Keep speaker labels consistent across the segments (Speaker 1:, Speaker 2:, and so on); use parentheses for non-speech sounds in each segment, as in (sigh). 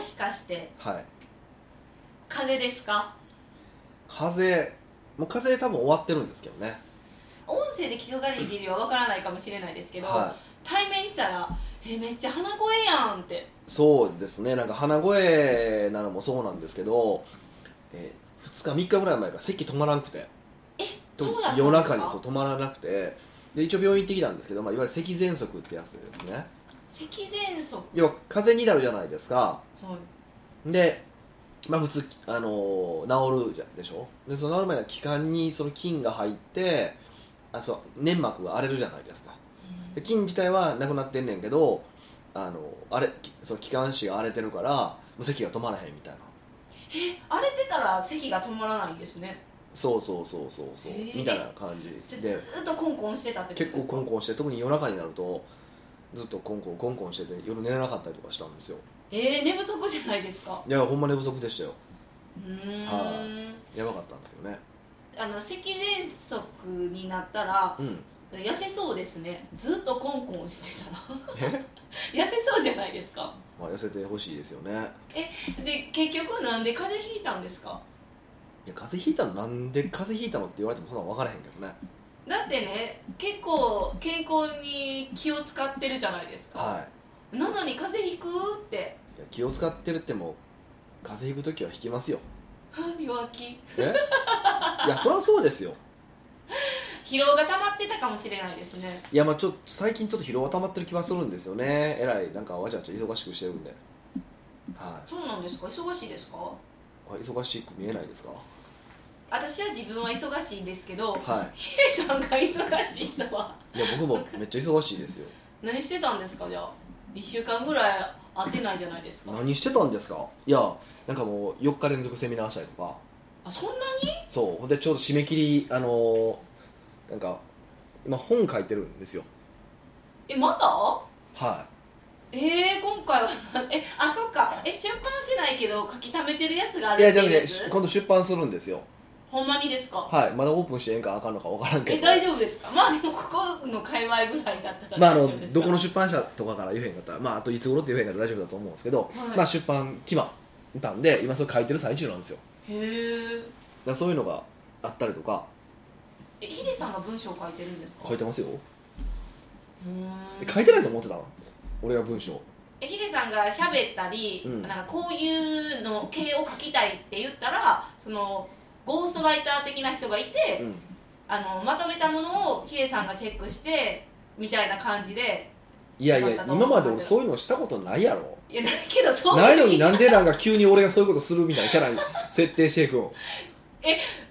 Speaker 1: しかして
Speaker 2: はい
Speaker 1: 風邪ですか
Speaker 2: 風もう風多分終わってるんですけどね
Speaker 1: 音声で聞く限りはわからないかもしれないですけど、
Speaker 2: は
Speaker 1: 対面したら「えめっちゃ鼻声やん」って
Speaker 2: いそうですねなんか鼻声なのもそうなんですけど、え2日3日ぐらい前から咳止まらなくてと
Speaker 1: そうだったんですか
Speaker 2: 夜中にそう止まらなくてで一応病院行ってきたんですけど、まあ、いわゆる咳喘息ってやつですね
Speaker 1: 咳喘息
Speaker 2: 要は風邪になるじゃないですか
Speaker 1: はい
Speaker 2: でまあ普通、あのー治るじゃんでしょでその治る前の気管にその菌が入ってあそう粘膜が荒れるじゃないですかで菌自体はなくなってんねんけどあのあれきその気管支が荒れてるからもう咳が止まらへんみたいな
Speaker 1: え荒れてたら咳が止まらないんですね
Speaker 2: そうそうそうそうそう、
Speaker 1: へえ
Speaker 2: みたいな感
Speaker 1: じゃ
Speaker 2: じ
Speaker 1: あ
Speaker 2: で
Speaker 1: ずーっとコンコンしてたってこと
Speaker 2: 結
Speaker 1: です
Speaker 2: 構
Speaker 1: か
Speaker 2: コンコンして特に夜中になるとずっとコンコンコンコンしてて夜寝れなかったりとかしたんですよ
Speaker 1: えー、寝不足じゃないですか
Speaker 2: いやほんま寝不足でしたよ
Speaker 1: うーん、
Speaker 2: はやばかったんですよね
Speaker 1: あの咳喘息になったら
Speaker 2: うん
Speaker 1: 痩せそうですねずっとコンコンしてたら (laughs)
Speaker 2: え、 (laughs)
Speaker 1: 痩せそうじゃないですか
Speaker 2: まあ、痩せてほしいですよねいや
Speaker 1: で結局なんで風邪ひいたんですか
Speaker 2: 風邪ひいたのなんで風邪ひいたのって言われてもそんなん分からへんけどね
Speaker 1: だってね結構健康に気を使ってるじゃないですか、
Speaker 2: はい
Speaker 1: なのに風邪ひくって (laughs)
Speaker 2: いや気を使ってるっても風邪ひく時はひきますよ
Speaker 1: は弱気 (laughs)
Speaker 2: えいやそりゃそうですよ
Speaker 1: 疲労が溜まってたかもしれないですね
Speaker 2: いやまあちょっと最近ちょっと疲労が溜まってる気はするんですよねえらいなんかわちゃわちゃ忙しくしてるんでは
Speaker 1: (laughs) そうなんですか忙しいですか
Speaker 2: いあ忙しく見えないですか
Speaker 1: 私は自分は忙しいですけ (laughs) ど
Speaker 2: は
Speaker 1: ヒデさんが忙しいとはい
Speaker 2: いや僕もめっちゃ忙しいですよ
Speaker 1: 何してたんですかじゃあ1週間ぐらい会ってないじゃないですか
Speaker 2: 何してたんですかいやなんかもう4日連続セミナーしたりとか
Speaker 1: あそんな
Speaker 2: そうほんでちょうど締め切りあのーなんか今本書いてるんですよ
Speaker 1: えまた
Speaker 2: は
Speaker 1: えー、今回は (laughs) えあそっかえ出版してないけど書き溜めてるやつがあ
Speaker 2: い
Speaker 1: る
Speaker 2: い
Speaker 1: っ
Speaker 2: や
Speaker 1: て
Speaker 2: じゃあ
Speaker 1: いう
Speaker 2: ね
Speaker 1: やつ
Speaker 2: 今度出版するんですよ
Speaker 1: ほんまにですか
Speaker 2: はいまだオープンしてええんかあかんのかわからんけど
Speaker 1: え大丈夫ですかまあでもここの界隈ぐらいだったら
Speaker 2: まあ、あ
Speaker 1: 大丈夫です
Speaker 2: の
Speaker 1: か
Speaker 2: どこの出版社とかから言えへんかったら、まあ、あといつ頃って言えへんかったら大丈夫だと思うんですけど、
Speaker 1: はい
Speaker 2: まあ、出版決まったんで今それ書いてる最中なんですよだか
Speaker 1: へー
Speaker 2: らそういうのがあったりとか
Speaker 1: えヒデさんが文章を書いてるんですか
Speaker 2: 書いてますよ
Speaker 1: うーん
Speaker 2: え書いてないと思ってたの俺が文章
Speaker 1: えヒデさんが喋ったり、
Speaker 2: うん
Speaker 1: なんかこういうの系を書きたいって言ったらそのゴーストライター的な人がいて、
Speaker 2: うん
Speaker 1: あのまとめたものをヒデさんがチェックしてみたいな感じで
Speaker 2: いやい
Speaker 1: よか
Speaker 2: や
Speaker 1: ったと思う
Speaker 2: 今まで俺そういうのしたことないやろ
Speaker 1: いやだけどそう
Speaker 2: ないのに
Speaker 1: な
Speaker 2: なんでなんか急に俺がそういうことするみたいなキャラに (laughs) 設定していく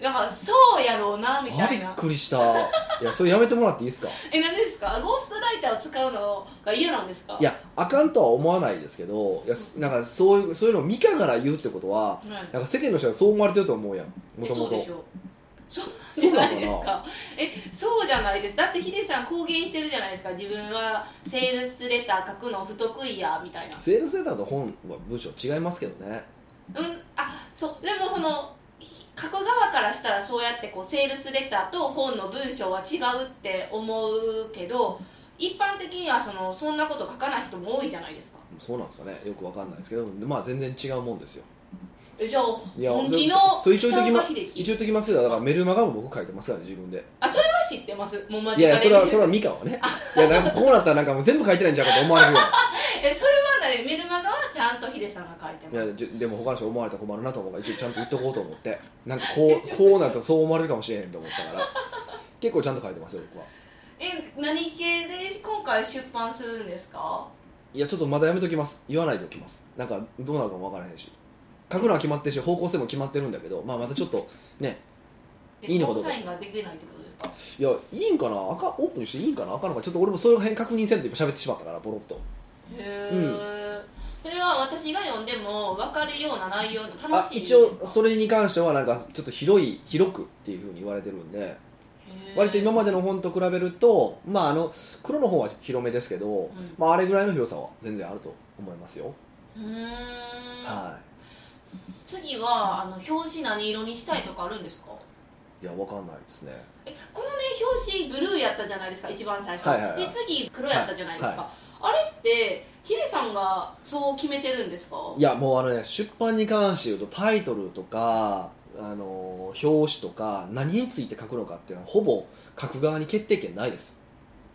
Speaker 2: の
Speaker 1: んかそうやろうなみ
Speaker 2: あ
Speaker 1: た
Speaker 2: び
Speaker 1: い
Speaker 2: っ
Speaker 1: な
Speaker 2: くりしたいやそれやめてもらっていいですか
Speaker 1: え何ですかゴーストライターを使うのが嫌なんですか
Speaker 2: いやあかんとは思わないですけどいやすなんかそういうそういうのを見かから言うってことは
Speaker 1: はい
Speaker 2: なんか世間の人はそう思われてると思うやんも
Speaker 1: え
Speaker 2: と
Speaker 1: そ
Speaker 2: も
Speaker 1: うで
Speaker 2: と
Speaker 1: しょそう
Speaker 2: そ
Speaker 1: じ
Speaker 2: う
Speaker 1: ゃな
Speaker 2: な
Speaker 1: い
Speaker 2: のか
Speaker 1: です
Speaker 2: な
Speaker 1: かえそうじゃないですだってヒデさん公言してるじゃないですか自分はセールスレター書くの不得意やみたいな
Speaker 2: セールスレターと本は文章違いますけどね
Speaker 1: うんあそうでもそのひ書く側からしたらそうやってこうセールスレターと本の文章は違うって思うけど一般的にはそのそんなこと書かない人も多いじゃないですか
Speaker 2: そうなんですかねよくわかんないですけどまあ全然違うもんですよ
Speaker 1: えじゃあ
Speaker 2: いや
Speaker 1: 本気の
Speaker 2: そそそう一応言っとき
Speaker 1: 北
Speaker 2: ま
Speaker 1: 岡秀
Speaker 2: 一
Speaker 1: 樹
Speaker 2: 応言っときますよだからメルマガも僕書いてますからね自分で
Speaker 1: あそれは知ってますもう間
Speaker 2: いやいやそれはそれ
Speaker 1: そ
Speaker 2: はミカはねいやなんかこうなったらなんかもう全部書いてないんちゃうかと思われる
Speaker 1: えそれは何メルマガはちゃんとヒデさんが書いてます
Speaker 2: やんいやじゅでも他の人思われたら困るなと思うから一応ちゃんと言っとこうと思ってなんかこ
Speaker 1: (laughs)
Speaker 2: うこうなったらそう思われるかもしれへんと思ったから結構ちゃんと書いてますよ僕は
Speaker 1: え何系で今回出版するんですか
Speaker 2: いやちょっとまだやめときます言わないでおきますなんかどうなるかもわからへんし書くのは決まってるし方向性も決まってるんだけどまあまたちょっとね
Speaker 1: え
Speaker 2: いいのかどう
Speaker 1: ゴー
Speaker 2: か
Speaker 1: サインができてないってことですか
Speaker 2: いやいいんかなあかんオープンにしていいんかなあかんのかちょっと俺もその辺確認せんと今喋ってしまったからボロッと
Speaker 1: へえ、それは私が読んでも分かるような内容の
Speaker 2: あ
Speaker 1: 楽しい
Speaker 2: 一応
Speaker 1: ですか
Speaker 2: それに関してはなんかちょっと広い広くっていうふうに言われてるんで
Speaker 1: へー
Speaker 2: 割と今までの本と比べるとまああの黒の方は広めですけど、
Speaker 1: ん
Speaker 2: まああれぐらいの広さは全然あると思いますよ、
Speaker 1: うーん
Speaker 2: は
Speaker 1: 次はあの表紙何色にしたいとかあるんですか
Speaker 2: いいやわかんないですね
Speaker 1: えこのね表紙ブルーやったじゃないですか一番最初、
Speaker 2: はいはいはい
Speaker 1: で次黒やったじゃないですか、あれってヒデさんがそう決めてるんですか
Speaker 2: いやもうあのね出版に関して言うとタイトルとかあの表紙とか何について書くのかっていうのはほぼ書く側に決定権ないです、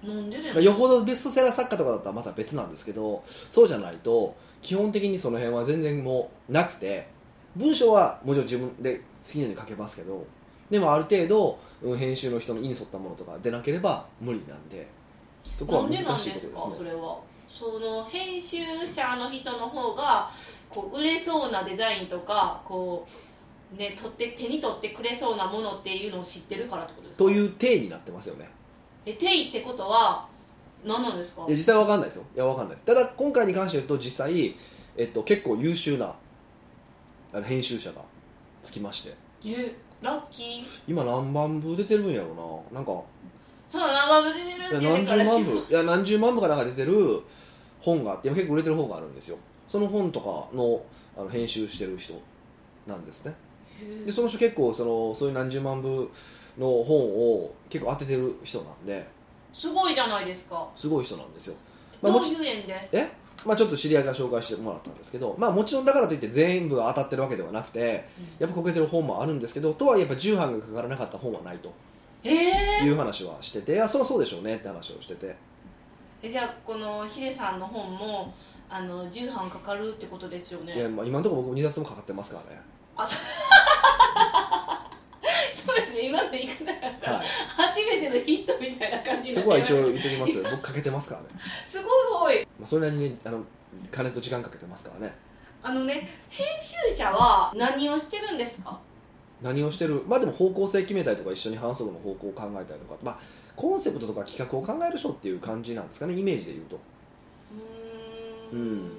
Speaker 1: なんでで
Speaker 2: まあよほどベストセラー作家とかだったらまた別なんですけどそうじゃないと基本的にその辺は全然もうなくて文章はもちろん自分で好きなように書けますけどでもある程度、うん編集の人の意に沿ったものとか出なければ無理なんでそこは難しいことですね
Speaker 1: なんでなんですかそれはその編集者の人の方がこう売れそうなデザインとかこうね取って手に取ってくれそうなものっていうのを知ってるからってことですか
Speaker 2: という体になってますよね
Speaker 1: え定位ってことは何なんですか
Speaker 2: いや実際わかんないですよいやわかんないですただ今回に関して言うと実際、えっと、結構優秀なあの編集者がつきまして
Speaker 1: えラッキー
Speaker 2: 今何万部出てるんやろうななんか
Speaker 1: そうだ生ぶ出てるって
Speaker 2: いや
Speaker 1: 言う
Speaker 2: 何
Speaker 1: か
Speaker 2: 十
Speaker 1: ら
Speaker 2: 万部いや何十万部かなんか出てる本があって今結構売れてる本があるんですよその本とかのあの編集してる人なんですねでその人結構そのそういう何十万部の本を結構当ててる人なんです
Speaker 1: ごいじゃないですか、
Speaker 2: すごい人なんですよま
Speaker 1: ど
Speaker 2: あ
Speaker 1: う
Speaker 2: もち
Speaker 1: いう縁で
Speaker 2: まあ、ちょっと知り合いが紹介してもらったんですけど、まあ、もちろんだからといって全部が当たってるわけではなくてやっぱこけてる本もあるんですけどとはいえやっぱ重版がかからなかった本はないと
Speaker 1: え
Speaker 2: いう話はしてていやそりゃそうでしょうねって話をしてて
Speaker 1: ー、じゃあこのヒデさんの本もあの重版かかるってことですよね
Speaker 2: いや、まあ、今のところ僕2冊ともかかってますからね、
Speaker 1: (laughs) そうですね今の言い方だったら
Speaker 2: はい、
Speaker 1: 初めてのヒットみたいな感じになっ
Speaker 2: そこは
Speaker 1: ち
Speaker 2: 一
Speaker 1: ゃいま
Speaker 2: 応言っときますけど僕かけてますからね、
Speaker 1: すすごい多い
Speaker 2: まあ、それなりにねあの金と時間かけてますからね
Speaker 1: あのね編集者は何をしてるんですか
Speaker 2: 何をしてるまあでも方向性決めたりとか一緒に反則の方向を考えたりとか、まあ、コンセプトとか企画を考える人っていう感じなんですかねイメージで言うと
Speaker 1: うーん
Speaker 2: うん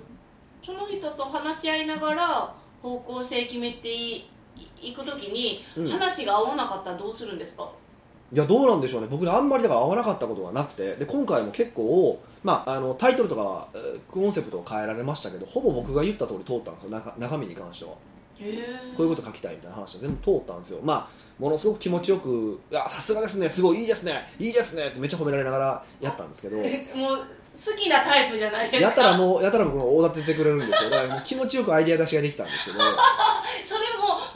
Speaker 1: その人と話し合いながら方向性決めていいくときに、
Speaker 2: うん
Speaker 1: 話が合わなかったらどうするんですか
Speaker 2: いやどうなんでしょうね僕ねあんまりだから合わなかったことがなくてで今回も結構、まあ、あのタイトルとかえーコンセプトを変えられましたけどほぼ僕が言った通り通ったんですよ中中身に関しては
Speaker 1: へえ
Speaker 2: こういうこと書きたいみたいな話は全部通ったんですよまあものすごく気持ちよく「いやさすがですねすごいいいですねいいですね」ってめっちゃ褒められながらやった
Speaker 1: (laughs)
Speaker 2: んですけど
Speaker 1: もう好きなタイプじゃないですか
Speaker 2: やたらもうやたら僕の大立ててくれるんですよだからもう気持ちよくアイデア出しができたんですけど
Speaker 1: それも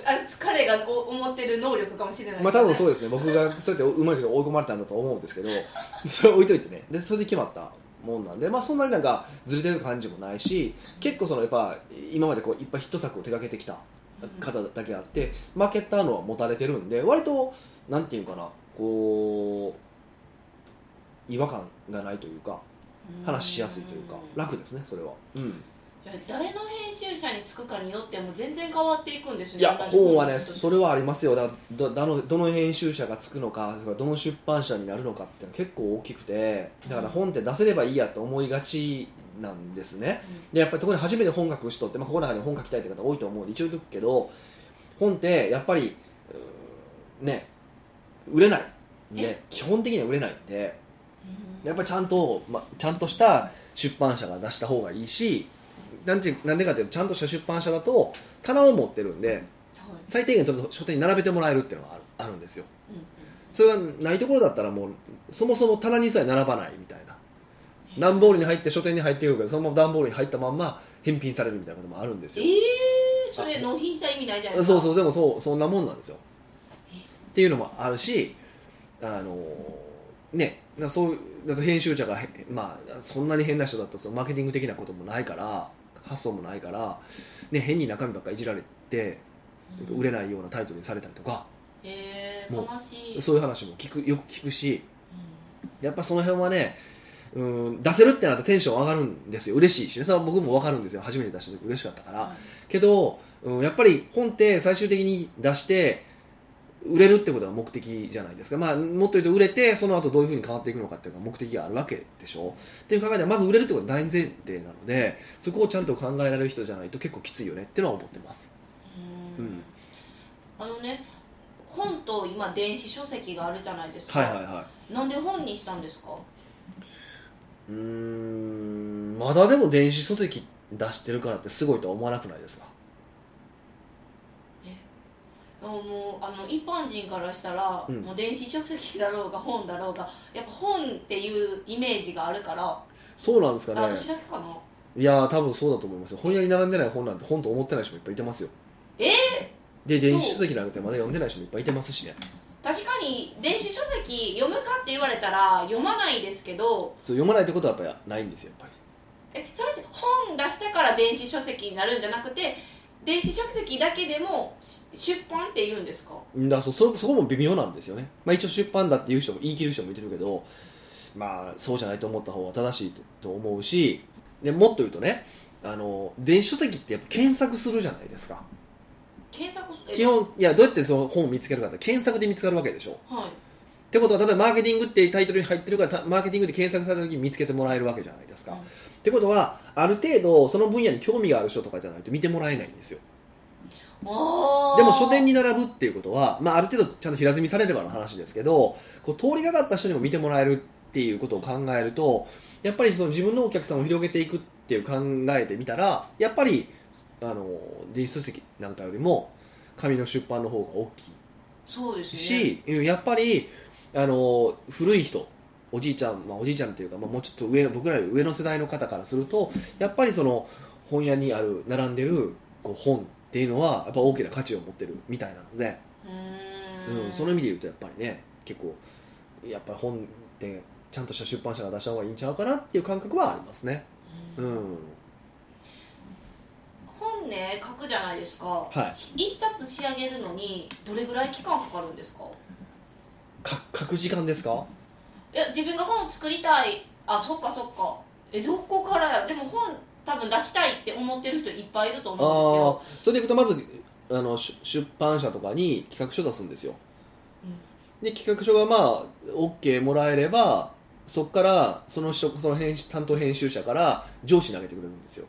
Speaker 1: あ彼がお思ってる能力かもしれないですね
Speaker 2: まあ多分そうですね僕がそうやってうまいこと追い込まれたんだと思うんですけどそれ置いといてねでそれで決まったもんなんで、まあ、そんなになんかずれてる感じもないし結構そのやっぱ今までこういっぱいヒット作を手掛けてきた方だけあって、マーケッターのは持たれてるんで割となんていうかなこう違和感がないというか
Speaker 1: うん
Speaker 2: 話しやすいというか楽ですねそれは、うん、
Speaker 1: じゃあ誰の編集者につくかによっても全然変わっていくんですよ
Speaker 2: いや
Speaker 1: 同じ
Speaker 2: 本はね
Speaker 1: です
Speaker 2: それはありますよだどだのどの編集者がつくのかそれからどの出版社になるのかっていうのは結構大きくてだから本って出せればいいやと思いがちなんですねでやっぱり特に初めて本書く人って、まあ、ここの中に本書きたいって方多いと思うんで一応言っとくけど本ってやっぱりうーね売れないんで基本的には売れないんで
Speaker 1: うん
Speaker 2: やっぱりちゃんと、まあ、ちゃんとした出版社が出した方がいいしなんてなんでかっていうとちゃんとした出版社だと棚を持ってるんで
Speaker 1: はい
Speaker 2: 最低限とりあえず書店に並べてもらえるっていうのがあるあるんですよ
Speaker 1: うんうん
Speaker 2: それがないところだったらもうそもそも棚にさえ並ばないみたいな段ボールに入って書店に入ってくるけどそのまま段ボールに入ったまんま返品されるみたいなこともあるんですよ
Speaker 1: ええそれ納品した意味ないじゃないですか
Speaker 2: そうそうでもそうそんなもんなんですよ
Speaker 1: え
Speaker 2: っていうのもあるしあのねなそうだと編集者が、へまあ、そんなに変な人だったらそのマーケティング的なこともないから発想もないから、ね、変に中身ばっかりいじられて
Speaker 1: うん
Speaker 2: 売れないようなタイトルにされたりとか、
Speaker 1: ええ
Speaker 2: もう
Speaker 1: 悲しい
Speaker 2: そういう話も聞くよく聞くし
Speaker 1: うん
Speaker 2: やっぱその辺はねうん出せるってなったらテンション上がるんですよ嬉しいしねそれは僕も分かるんですよ初めて出した時嬉しかったから、
Speaker 1: はい
Speaker 2: けど、うん、やっぱり本って最終的に出して売れるってことが目的じゃないですか、まあ、もっと言うと売れてその後どういうふうに変わっていくのかっていうのが目的があるわけでしょっていう考えではまず売れるってことが大前提なのでそこをちゃんと考えられる人じゃないと結構きついよねってのは思ってます
Speaker 1: う
Speaker 2: うん
Speaker 1: んあのね本と今電子書籍があるじゃないですか、
Speaker 2: はいはいは
Speaker 1: なんで本にしたんですか
Speaker 2: いうーんまだでも電子書籍出してるからってすごいとは思わなくないですか
Speaker 1: もうあの一般人からしたら、
Speaker 2: うん
Speaker 1: もう電子書籍だろうが本だろうがやっぱ本っていうイメージがあるから、
Speaker 2: そうなんですか
Speaker 1: あ
Speaker 2: ね
Speaker 1: 私だけかない
Speaker 2: やー多分そうだと思いますよ本屋に並んでない本なんて本と思ってない人もいっぱいいてますよ
Speaker 1: え
Speaker 2: で
Speaker 1: そう
Speaker 2: 電子書籍なんてまだ読んでない人もいっぱいいてますしね
Speaker 1: 確かに電子書籍読むかって言われたら読まないですけど
Speaker 2: そう読まないってことはやっぱりないんですよやっぱ
Speaker 1: えそれって本出してから電子書籍になるんじゃなくて電子書籍だけでもし出版って言うんですか
Speaker 2: りんだそうそそこも微妙なんですよね、まあ、一応出版だっていう人も言い切る人もいてるけどまあそうじゃないと思った方が正しいとと思うしでもっと言うとねあの電子書籍ってやっぱ検索するじゃないですか
Speaker 1: 検索え
Speaker 2: 基本いやどうやってその本を見つけるかって検索で見つかるわけでしょ
Speaker 1: はい
Speaker 2: ってことは例えばマーケティングっていうタイトルに入ってるからたマーケティングで検索された時に見つけてもらえるわけじゃないですか、
Speaker 1: うん
Speaker 2: ってことはある程度その分野に興味がある人とかじゃないと見てもらえないんですよ
Speaker 1: あー
Speaker 2: でも書店に並ぶっていうことは、まあ、ある程度ちゃんと平積みされればの話ですけどこう通りがかった人にも見てもらえるっていうことを考えるとやっぱりその自分のお客さんを広げていくっていう考えてみたらやっぱりあの電子書籍なんかよりも紙の出版の方が大きい
Speaker 1: そうですね
Speaker 2: し、うんやっぱりあの古い人おじいちゃん、まあ、おじいちゃんっていうか、まあ、もうちょっと上の僕らより上の世代の方からするとやっぱりその本屋にある並んでるこう本っていうのはやっぱ大きな価値を持ってるみたいなので、
Speaker 1: うーん
Speaker 2: うん、その意味で言うとやっぱりね結構やっぱり本ってちゃんとした出版社が出した方がいいんちゃうかなっていう感覚はありますね。う
Speaker 1: うん
Speaker 2: ん
Speaker 1: 本ね書くじゃないですか
Speaker 2: はい、
Speaker 1: 一冊仕上げるのにどれぐらい期間かかるんですか
Speaker 2: か書く時間ですか
Speaker 1: いや自分が本を作りたいあそっかそっかえどこからやろでも本多分出したいって思ってる人いっぱいいると思うんです
Speaker 2: あ
Speaker 1: よ
Speaker 2: あそれでいくとまずあの出出版社とかに企画書出すんですよ、で企画書がまあ OK もらえればそこからその人その編集担当編集者から上司投げてくれるんですよ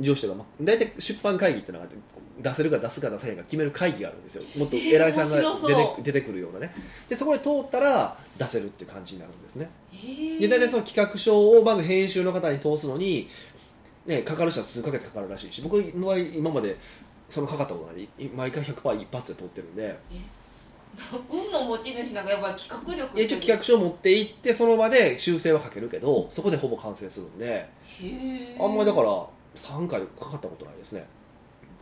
Speaker 2: 上司とか、まあ、大体出版会議ってのがあって出せるか出すか出さへんか決める会議があるんですよもっと偉いさんが
Speaker 1: え
Speaker 2: 出
Speaker 1: ー
Speaker 2: て,、
Speaker 1: 面白そう
Speaker 2: 出てくるようなねでそこで通ったら出せるって感じになるんですね
Speaker 1: へえ
Speaker 2: で大体その企画書をまず編集の方に通すのに、ね、かかる人は数ヶ月かかるらしいし僕の場合今までそのかかったことないい毎回100%一発で通ってるんで
Speaker 1: 運の持ち主なんかやっぱり企画力
Speaker 2: 一応企画書を持って行ってその場で修正はかけるけどそこでほぼ完成するんで
Speaker 1: へえ
Speaker 2: あんまりだからら3回かかったことないですね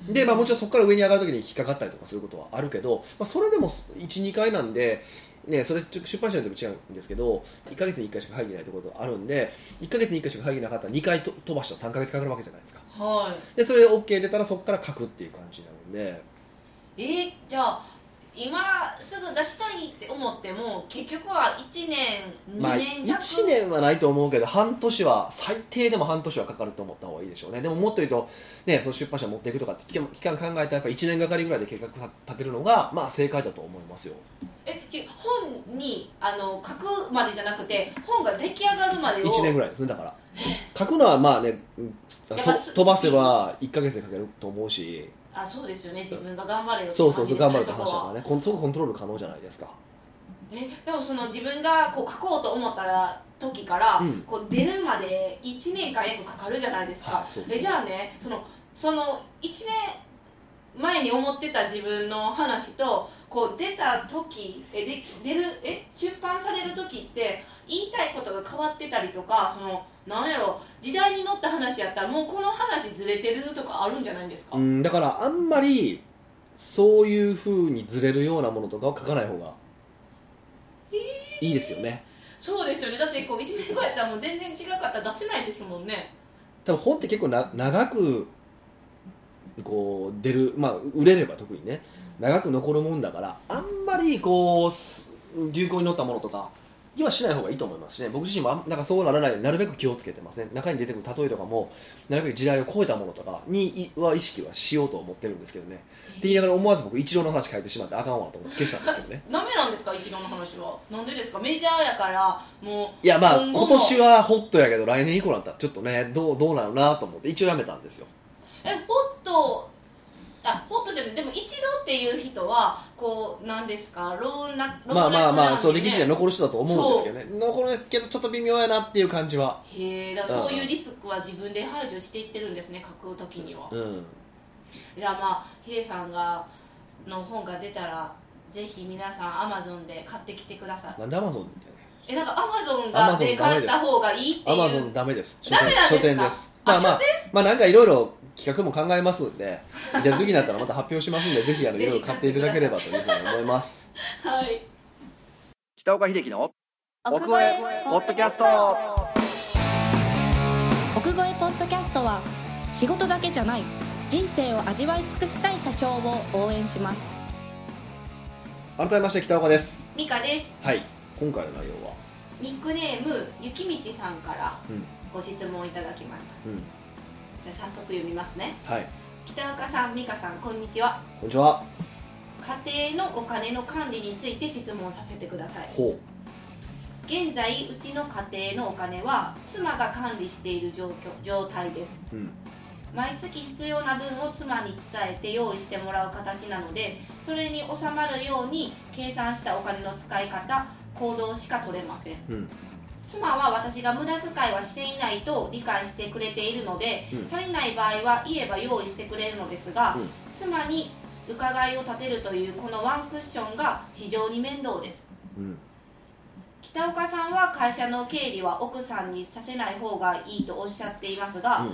Speaker 2: で、まあ、もちろんそこから上に上がる時に引っかかったりとかすることはあるけど、まあ、それでも12回なんで、ね、それちょ出版社によっても違うんですけど1か月に1回しか会議ないってことがあるんで1か月に1回しか会議なかったら2回と飛ばしたら3か月かかるわけじゃないですか
Speaker 1: ろんはい
Speaker 2: でそれで OK 出たらそこから書くっていう感じになるんで
Speaker 1: えーじゃあ今すぐ出したいって思っても結局は1年
Speaker 2: まあ、
Speaker 1: 2年弱、
Speaker 2: 1年はないと思うけど半年は最低でも半年はかかると思った方がいいでしょうねでももっと言うと、ね、その出版社持っていくとかって期間期間考えたらやっぱ1年がかりぐらいで計画立てるのが、まあ、正解だと思いますよ
Speaker 1: え違う本にあの書くまでじゃなくて本が出来上がるまでを
Speaker 2: 1年ぐらいですねだから書くのはまあねうんと
Speaker 1: やっぱす
Speaker 2: 飛ばせば1か月で書けると思うし
Speaker 1: あそうですよね自分が頑張れよって
Speaker 2: そうそうそう頑
Speaker 1: 感
Speaker 2: 張
Speaker 1: じ
Speaker 2: る
Speaker 1: で
Speaker 2: っ
Speaker 1: すね
Speaker 2: て話だからねこんすごくコントロール可能じゃないですか
Speaker 1: えでもその自分がこう書こうと思った時から、
Speaker 2: うん
Speaker 1: こう出るまで1年間約かかるじゃないですか、
Speaker 2: はいそうです
Speaker 1: でじゃあねそのその1年前に思ってた自分の話とこう出た時えで出るえ出版される時って言いたいことが変わってたりとかそのなんやろ時代に乗った話やったらもうこの話ずれてるとかあるんじゃないですか、
Speaker 2: うんだからあんまりそういうふうにずれるようなものとかは書かない方がいいですよね、
Speaker 1: そうですよねだってこう1年後やったらもう全然違かったら出せないですもんね
Speaker 2: 多分本って結構な長くこう出るまあ売れれば特にね長く残るもんだからあんまりこうす流行に乗ったものとかにはしない方がいいと思いますしね僕自身もあんなんかそうならないようになるべく気をつけてますね中に出てくる例えとかもなるべく時代を超えたものとかにいは意識はしようと思ってるんですけどねって言いながら思わず僕一郎の話書いてしまってあかんわと思って消したんですけどね
Speaker 1: ダメなんですか一郎の話はなんでですかメジャーやからも
Speaker 2: いやまあ
Speaker 1: 今後も
Speaker 2: 今年はホットやけど来年以降だったらちょっとねどうどうなるなと思って一応やめたんですよ
Speaker 1: うえホットあホットじゃないでも一郎っていう人はこうなんですか老若老若
Speaker 2: まあまあま
Speaker 1: 男
Speaker 2: あ
Speaker 1: 女
Speaker 2: そう
Speaker 1: ね
Speaker 2: 歴史には残る人だと思うんですけどね残るけどちょっと微妙やなっていう感じは
Speaker 1: へえだからそういうリスクは自分で排除していってるんですね書く時には、
Speaker 2: うん
Speaker 1: じゃあまあヒデさんがの本が出たらぜひ皆さんアマゾンで買ってきてください
Speaker 2: なんでアマゾンやね
Speaker 1: えなんかアマゾンが
Speaker 2: Amazon
Speaker 1: で買った方がいいってい
Speaker 2: ア
Speaker 1: う
Speaker 2: マゾンダメです書
Speaker 1: ダメなんですか
Speaker 2: 書店です
Speaker 1: あ
Speaker 2: まあまあまあなんかいろいろ企画も考えますんで出る時になったらまた発表しますんでぜひあのい
Speaker 1: ぜひ
Speaker 2: ろいろ買っていただければというふうに思います
Speaker 1: はい
Speaker 2: 北岡秀樹の奥越えポッドキャスト
Speaker 3: 奥越えポッドキャストは仕事だけじゃない人生を味わい尽くしたい社長を応援します
Speaker 2: 改めまして北岡です
Speaker 1: ミカです
Speaker 2: はい今回の内容は
Speaker 1: ニックネームゆきみちさんから
Speaker 2: うん
Speaker 1: ご質問いただきました
Speaker 2: うん
Speaker 1: じゃあ早速読みますね
Speaker 2: はい
Speaker 1: 北岡さん美香さんこんにちは
Speaker 2: こんにちは
Speaker 1: 家庭のお金の管理について質問させてください
Speaker 2: ほ
Speaker 1: 現在うちの家庭のお金は妻が管理している状況状態です
Speaker 2: ううん
Speaker 1: 毎月必要な分を妻に伝えて用意してもらう形なのでそれに収まるように計算したお金の使い方行動しか取れません
Speaker 2: うん
Speaker 1: 妻は私が無駄遣いはしていないと理解してくれているので、
Speaker 2: うん
Speaker 1: 足りない場合は言えば用意してくれるのですが、
Speaker 2: うん
Speaker 1: 妻に伺いを立てるというこのワンクッションが非常に面倒です
Speaker 2: うん
Speaker 1: 北岡さんは会社の経理は奥さんにさせない方がいいとおっしゃっていますが、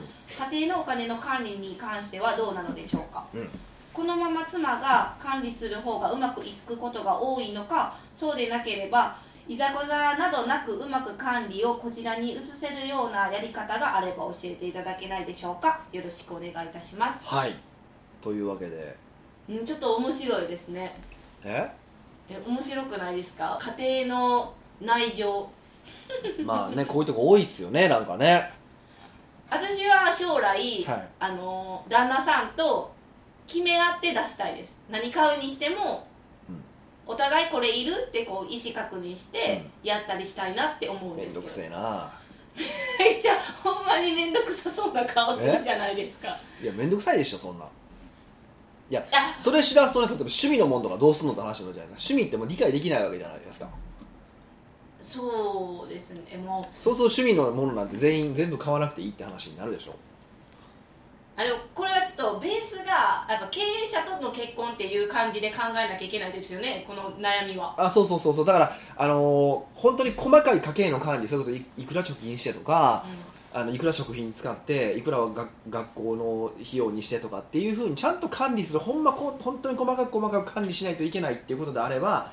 Speaker 1: 家庭のお金の管理に関してはどうなのでしょうか、
Speaker 2: うん
Speaker 1: このまま妻が管理する方がうまくいくことが多いのかそうでなければいざこざなどなくうまく管理をこちらに移せるようなやり方があれば教えていただけないでしょうかよろしくお願いいたします
Speaker 2: はいというわけで
Speaker 1: うんちょっと面白いですね
Speaker 2: え
Speaker 1: え面白くないですか家庭の内情
Speaker 2: (laughs) まあねこういうとこ多いっすよねなんかね
Speaker 1: 私は将来、
Speaker 2: はい
Speaker 1: あの旦那さんと決め合って出したいです何買うにしても、
Speaker 2: うん
Speaker 1: お互いこれいるってこう意思確認してやったりしたいなって思うん
Speaker 2: め
Speaker 1: で
Speaker 2: ん
Speaker 1: す
Speaker 2: ど
Speaker 1: け
Speaker 2: く
Speaker 1: ど
Speaker 2: せえな
Speaker 1: (laughs) めっちゃほんまに面倒くさそうな顔するじゃないですか
Speaker 2: いやめんどくさいでしょそんなん
Speaker 1: あ
Speaker 2: それ知らすとね例えば趣味のもんとかどうすんのって話になるじゃないですか趣味ってもう理解できないわけじゃないですか
Speaker 1: そうですねもう
Speaker 2: そうすると趣味のものなんて全員全部買わなくていいって話になるでしょ
Speaker 1: あのこれはちょっとベースがやっぱ経営者との結婚っていう感じで考えなきゃいけないですよねこの悩みは
Speaker 2: あそうそうそうそうだからあのー本当に細かい家計の管理そういうこといいくら貯金してとかあのいくら食費に使っていくらはが学校の費用にしてとかっていうふうにちゃんと管理するほんまこう本当に細かく細かく管理しないといけないっていうことであれば、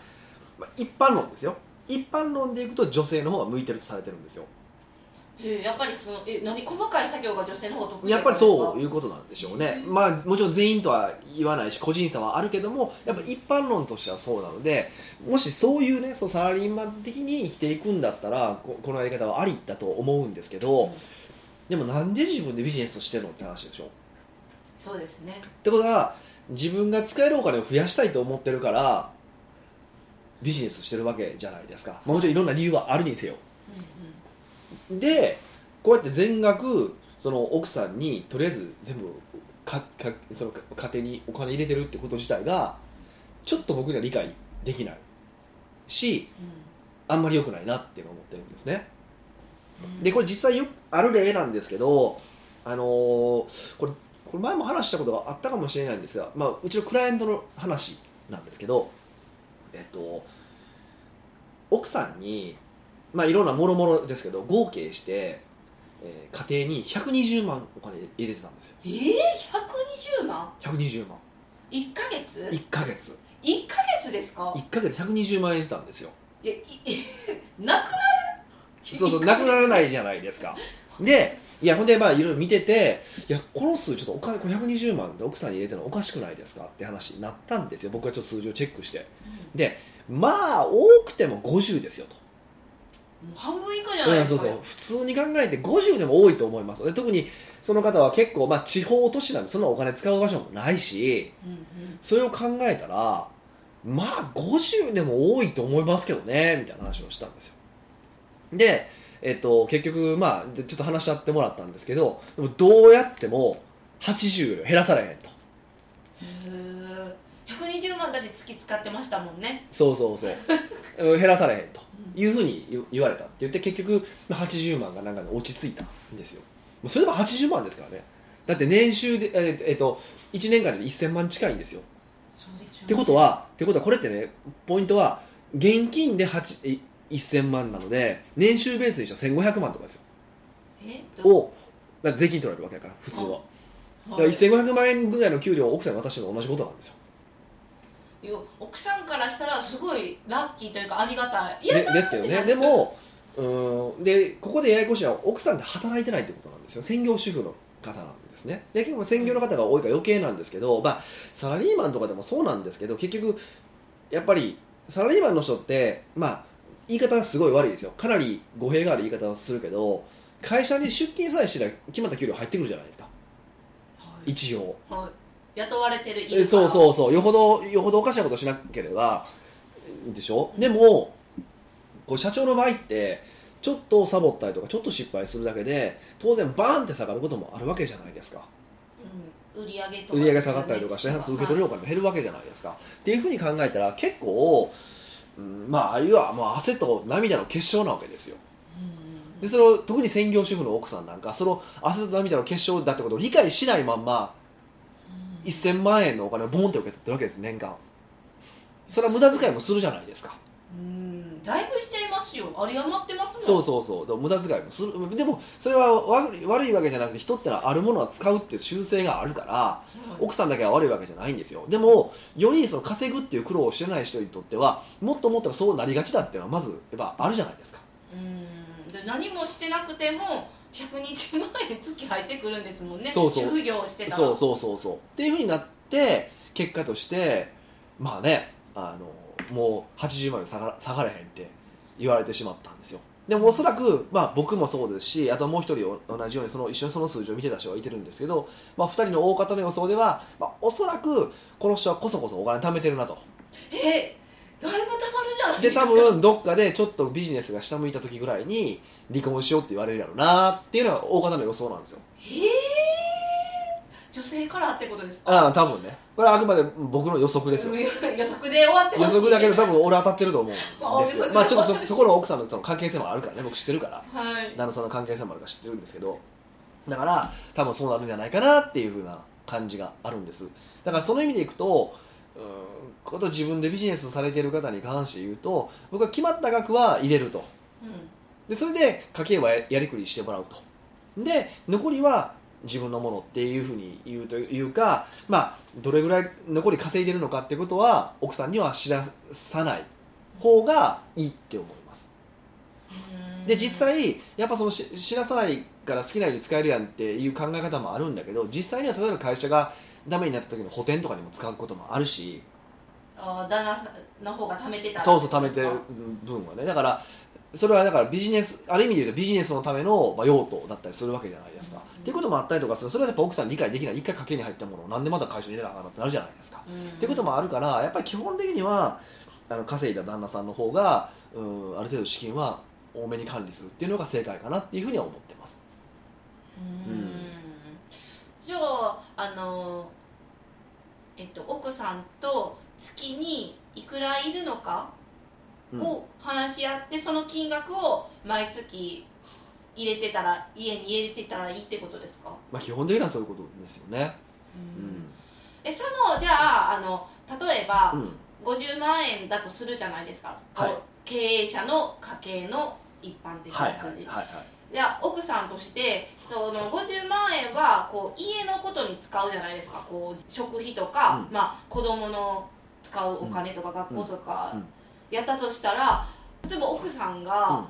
Speaker 2: まあ、一般論ですよ一般論でいくと女性の方が向いてるとされてるんですよ
Speaker 1: えやっぱりそのえ何細かい作業が女性の方が得意
Speaker 2: やっぱりそういうことなんでしょうね、
Speaker 1: うん
Speaker 2: まあ、もちろん全員とは言わないし個人差はあるけどもやっぱ一般論としてはそうなのでもしそういうねそうサラリーマン的に生きていくんだったらここのやり方はありだと思うんですけど、
Speaker 1: うん
Speaker 2: でもなんで自分でビジネスをしてるのって話でしょっ
Speaker 1: そうですね
Speaker 2: てことは自分が使えるお金を増やしたいと思ってるからビジネスしてるわけじゃないですか、まあ、もちろんいろんな理由はあるにせよ
Speaker 1: うんうん
Speaker 2: でこうやって全額その奥さんにとりあえず全部かかそのか家庭にお金入れてるってこと自体がちょっと僕には理解できないしあんまり良くないなっていうのを思ってるんですねでこれ実際よくある例なんですけどあのーこれこれ前も話したことがあったかもしれないんですが、まあ、うちのクライアントの話なんですけどえっと奥さんにまあいろんなもろもろですけど合計して、えー家庭に120万お金入れてたんですよ
Speaker 1: ええ百120万
Speaker 2: 120万
Speaker 1: ?1 ヶ月
Speaker 2: 1ヶ月
Speaker 1: 1ヶ月ですか
Speaker 2: 1ヶ月120万円入れてたんですよ
Speaker 1: いやい (laughs) なくなる
Speaker 2: そうそう、
Speaker 1: 一ヶ
Speaker 2: な
Speaker 1: 月
Speaker 2: くならないじゃないです
Speaker 1: (laughs)
Speaker 2: か。で、いや、ほんで、まあ、いろいろ見てて、いや、この数、ちょっとお金、これ120万で奥さんに入れてるのおかしくないですかって話になったんですよ。僕がちょっと数字をチェックして。まあ、多くても50ですよと。
Speaker 1: うんもう半分以下じゃない
Speaker 2: うん、
Speaker 1: で
Speaker 2: そ
Speaker 1: す
Speaker 2: う
Speaker 1: か
Speaker 2: そう。普通に考えて50でも多いと思います。で特に、その方は結構、まあ、地方都市なんで、そんなお金使う場所もないし、
Speaker 1: うんうん
Speaker 2: それを考えたら、まあ50でも多いと思いますけどねみたいな話をしたんですよで、えっと、結局まあでちょっと話し合ってもらったんですけどでもどうやっても80より減らされへんと
Speaker 1: へえ120万だって月使ってましたもんね
Speaker 2: そうそうそう (laughs) 減らされへんというふうに言言われたって言って結局まあ80万がなんかね落ち着いたんですよまあそれでも80万ですからねだって年収で、えっとえっと、1年間で1000万近いんですよ
Speaker 1: そうですよね
Speaker 2: ってことはってことはこれってねポイントは現金で8い1000万なので年収ベースにしたら1500万とかですよ
Speaker 1: え
Speaker 2: をだから税金取られるわけだから普通はだから
Speaker 1: はい
Speaker 2: 1500万円ぐらいの給料を奥さんに渡してるのと同じことなんですよ、
Speaker 1: いや奥さんからしたらすごいラッキーというかありがたいいや
Speaker 2: ね、ですけどねでもうーんでここでややこしいのは奥さんって働いてないってことなんですよ専業主婦の方なんですねで結構専業の方が多いから余計なんですけど、まあ、サラリーマンとかでもそうなんですけど結局やっぱりサラリーマンの人ってまあ言い方はすごい悪いですよかなり語弊がある言い方をするけど会社に出勤さえしてりゃ決まった給料入ってくるじゃないですか
Speaker 1: はい
Speaker 2: 一応
Speaker 1: はい雇われてる家
Speaker 2: えそう
Speaker 1: う
Speaker 2: そうそうよほどよほどおかしなことしなければでしょでもこう社長の場合ってちょっとサボったりとかちょっと失敗するだけで当然バーンって下がることもあるわけじゃないですか
Speaker 1: うん、売り上げとか
Speaker 2: 売り上げ下がったりとかして
Speaker 1: は
Speaker 2: 受
Speaker 1: い
Speaker 2: け取り量が減るわけじゃないですかっていうふうに考えたら結構、うん、まああるいはもう汗と涙の結晶なわけですよ
Speaker 1: うん
Speaker 2: でそれを特に専業主婦の奥さんなんかその汗と涙の結晶だってことを理解しないまんま
Speaker 1: うん
Speaker 2: 1000万円のお金をボンって受け取ってるわけです年間それは無駄遣いもするじゃないですか
Speaker 1: うんだいぶしていますよあり余ってますもん
Speaker 2: そうそうそうでも無駄遣いもするでもそれは悪い悪いわけじゃなくて人ってのはあるものは使うっていう習性があるから
Speaker 1: はい
Speaker 2: 奥さんだけは悪いわけじゃないんですよでもよりその稼ぐっていう苦労をしてない人にとってはもっともっとそうなりがちだっていうのはまずやっぱあるじゃないですか
Speaker 1: うんで何もしてなくても120万円月入ってくるんですもんね
Speaker 2: そうそう
Speaker 1: 主婦業してたら
Speaker 2: そうそうそうそうっていうふうになって結果としてまあねあのもう80万より下が下がれへんって言われてしまったんですよでもおそらく、まあ、僕もそうですしあともう一人お同じようにその一緒にその数字を見てた人がいてるんですけど、まあ、2人の大方の予想では、まあ、おそらくこの人はこそこそお金貯めてるなと
Speaker 1: えだいぶたまるじゃないで
Speaker 2: です
Speaker 1: か
Speaker 2: 多分どっかでちょっとビジネスが下向いた時ぐらいに離婚しようって言われるやろうなっていうのが大方の予想なんですよ
Speaker 1: えー、女性からってことですか
Speaker 2: ああ多分ねこれはあくまで僕の予測ですよ
Speaker 1: 予測で終わって
Speaker 2: 予
Speaker 1: ます
Speaker 2: 測だけど多分俺当たってると思うんです
Speaker 1: あ
Speaker 2: よ
Speaker 1: ー
Speaker 2: まあちょっとそそこの奥さんのその関係性もあるからね僕知ってるから
Speaker 1: はい
Speaker 2: 旦那さんの関係性もあるから知ってるんですけどだから多分そうなるんじゃないかなっていう風な感じがあるんですだからその意味でいくとうーんこと自分でビジネスされてる方に関して言うと僕は決まった額は入れると
Speaker 1: う
Speaker 2: でそれで家計はややりくりしてもらうとで残りは自分のものっていうふうに言うというか、まあ、どれぐらい残り稼いでるのかってことは奥さんには知らさない方がいいって思います
Speaker 1: ん
Speaker 2: で実際やっぱそのし知らさないから好きなように使えるやんっていう考え方もあるんだけど実際には例えば会社がダメになった時の補填とかにも使うこともあるし
Speaker 1: あー旦那さんの方が貯めてた
Speaker 2: そうそう貯めてる分はねだからそれはだからビジネスある意味で言うとビジネスのためのまあ用途だったりするわけじゃないですか、
Speaker 1: うん
Speaker 2: っていうこともあったりとかするそれはやっぱ奥さん理解できない一回家計に入ったものをなんでまた会社に入れなあかんのってなるじゃないですか、
Speaker 1: うん
Speaker 2: っていうこともあるからやっぱり基本的にはあの稼いだ旦那さんの方がうんある程度資金は多めに管理するっていうのが正解かなっていうふうには思ってます
Speaker 1: うん
Speaker 2: うん
Speaker 1: じゃああのえっと奥さんと月にいくらいるのか
Speaker 2: うん
Speaker 1: を話し合って、その金額を毎月入れてたら家に入れてたらいいってことですか、
Speaker 2: まあ、基本的にはそういうことですよね
Speaker 1: えそのじゃああの例えば、
Speaker 2: うん、うん
Speaker 1: 50万円だとするじゃないですか、
Speaker 2: はい
Speaker 1: 経営者の家計の一般的
Speaker 2: はい
Speaker 1: な
Speaker 2: はい
Speaker 1: 数字、
Speaker 2: はいはい
Speaker 1: じゃあ奥さんとしてその50万円はこう家のことに使うじゃないですかこう食費とか、
Speaker 2: う
Speaker 1: まあ、子供の使うお金とか学校とか
Speaker 2: うんうん
Speaker 1: やったとしたら例えば奥さんが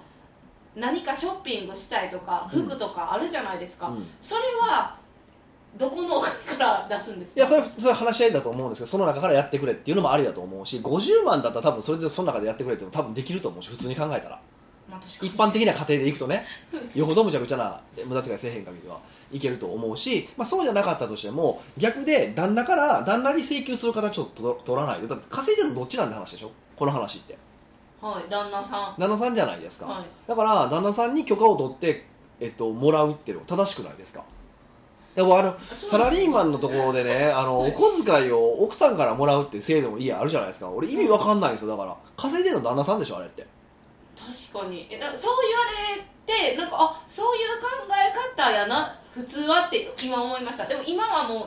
Speaker 1: 何かショッピングしたいとか
Speaker 2: うん
Speaker 1: 服とかあるじゃないですか、
Speaker 2: うんうん
Speaker 1: それはどこのお金から出すんです
Speaker 2: い
Speaker 1: か
Speaker 2: やそれそれは話し合いだと思うんですけどその中からやってくれっていうのもありだと思うし50万だったら多分それでその中でやってくれっても多分できると思うし普通に考えたら
Speaker 1: まあ確かに
Speaker 2: 一般的な家庭でいくとねよほどむちゃくちゃな無駄遣いせえへん限りはいけると思うし、まあ、そうじゃなかったとしても逆で旦那から旦那に請求する形をと取らないよだって稼いでるのどっちなんて話でしょこの話って
Speaker 1: はい旦那さん
Speaker 2: 旦那さんじゃないですか、
Speaker 1: はい
Speaker 2: だから旦那さんに許可を取って、えっと、もらうっていうのは正しくないですかだからあのサラリーマンのところでね、あの、
Speaker 1: はい
Speaker 2: お小遣いを奥さんからもらうっていう制度もいいあるじゃないですか。俺意味わかんないんですよ。だから、稼いでるの旦那さんでしょ、あれって。
Speaker 1: 確かにえなんかそう言われてなんかあそういう考え方やな普通はって今思いましたでも今はもう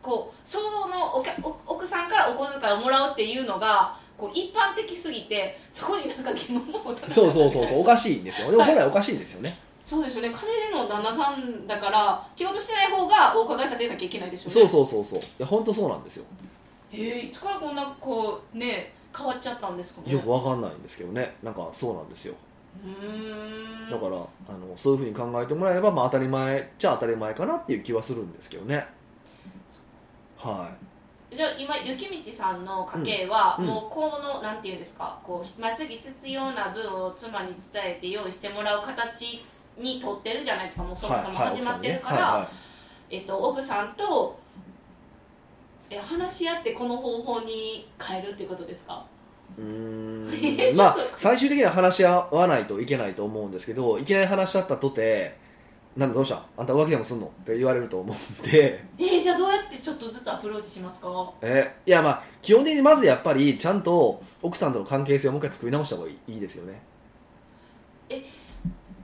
Speaker 1: こうそのお客お奥さんからお小遣いをもらうっていうのがこう一般的すぎてそこになんか疑問を持たなかった
Speaker 2: そうそうそう (laughs) そうおかしいんですよでも
Speaker 1: はい
Speaker 2: 本来おかしいんですよね、
Speaker 1: そうですよね風邪での旦那さんだから仕事してない方がお伺い立てなきゃいけないでしょ
Speaker 2: (laughs) そう
Speaker 1: う
Speaker 2: そうそうそういや本当そうなんですよ
Speaker 1: えー、いつからこんなこうね変わっちゃったんですかね
Speaker 2: よくわかんないんですけどねなんかそうなんですよ
Speaker 1: うーん
Speaker 2: だからあのそういうふうに考えてもらえれば、まあ、当たり前っちゃ当たり前かなっていう気はするんですけどねは
Speaker 1: じゃあ今雪道さんの家計は、
Speaker 2: うんうん
Speaker 1: もうこのなんていうんですかこうまっすぐ必要な分を妻に伝えて用意してもらう形に取ってるじゃないですかもう
Speaker 2: い
Speaker 1: そもそも
Speaker 2: はいはい
Speaker 1: 始まってるから、
Speaker 2: は
Speaker 1: えっと、奥さんとえ話し合ってこの方法に変えるってことですか
Speaker 2: いはい、う
Speaker 1: (laughs)
Speaker 2: ーんまあ最終的には話し合わないといけないと思うんですけどいきなり話し合ったとて「なんだどうしたあんた浮気でもすんの?」って言われると思うんで (laughs)
Speaker 1: えー、じゃあどうやってちょっとずつアプローチしますか
Speaker 2: えいやまあ基本的にまずやっぱりちゃんと奥さんとの関係性をもう一回作り直した方がいいいいですよね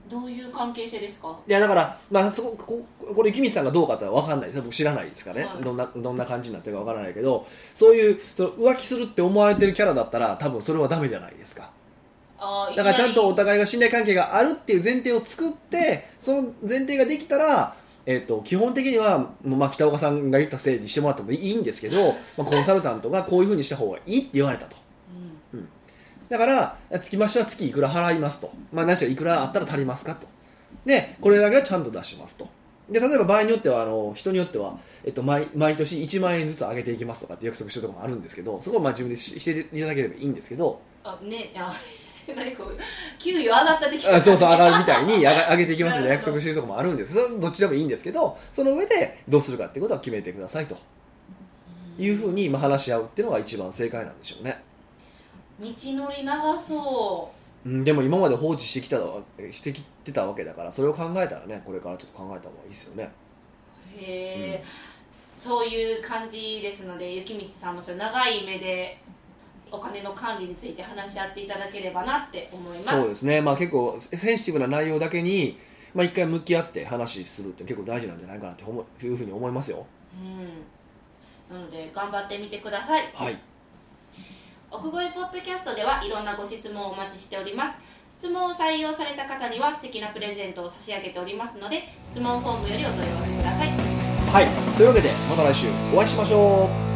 Speaker 1: どういう関係性ですか
Speaker 2: いやだから、まあ、そこここれ、雪道さんがどうかってのは分かんないです、僕知らないですからね、
Speaker 1: はい
Speaker 2: どんなどんな感じになってるか分からないけど、そういうその浮気するって思われてるキャラだったら、多分それはダメじゃないですか、
Speaker 1: あー
Speaker 2: だからちゃんとお
Speaker 1: いきなり
Speaker 2: 互いが信頼関係があるっていう前提を作って、その前提ができたら、えっと基本的には、もうまあ、北岡さんが言ったせいにしてもらってもいいんですけど、まあ、コンサルタントがこういうふうにした方がいいって言われたと。
Speaker 1: うん
Speaker 2: だからつきましては月いくら払いますと、まあ、何しろいくらあったら足りますかとでこれだけはちゃんと出しますとで例えば場合によってはあの人によっては、えっと、毎毎年1万円ずつ上げていきますとかって約束してるところもあるんですけどそこはまあ自分でししていただければいいんですけど
Speaker 1: あねあ (laughs) 何こう給与上がった的な
Speaker 2: あそうそう上がるみたいに上が上げていきますみたいな
Speaker 1: なる
Speaker 2: 約
Speaker 1: ほど
Speaker 2: 束してるところもあるんですそれどっちでもいいんですけどその上でどうするかっていうことは決めてくださいというふうにまあ話し合うっていうのが一番正解なんでしょうね。
Speaker 1: 道のり長そう
Speaker 2: うん、でも今まで放置してきたわしてきてたわけだからそれを考えたらねこれからちょっと考えた方がいいですよね
Speaker 1: へえ、そういう感じですので雪道さんもそれ長い目でお金の管理について話し合っていただければなって思います
Speaker 2: そうですねまあ結構セセンシティブな内容だけにまあ、一回向き合って話するって結構大事なんじゃないかなって思ういうふうに思いますよ
Speaker 1: うん、なので頑張ってみてください
Speaker 2: はい
Speaker 1: 奥越えポッドキャストではいろんなご質問をお待ちしております質問を採用された方には素敵なプレゼントを差し上げておりますので質問フォームよりお問い合わせください
Speaker 2: はいというわけでまた来週お会いしましょう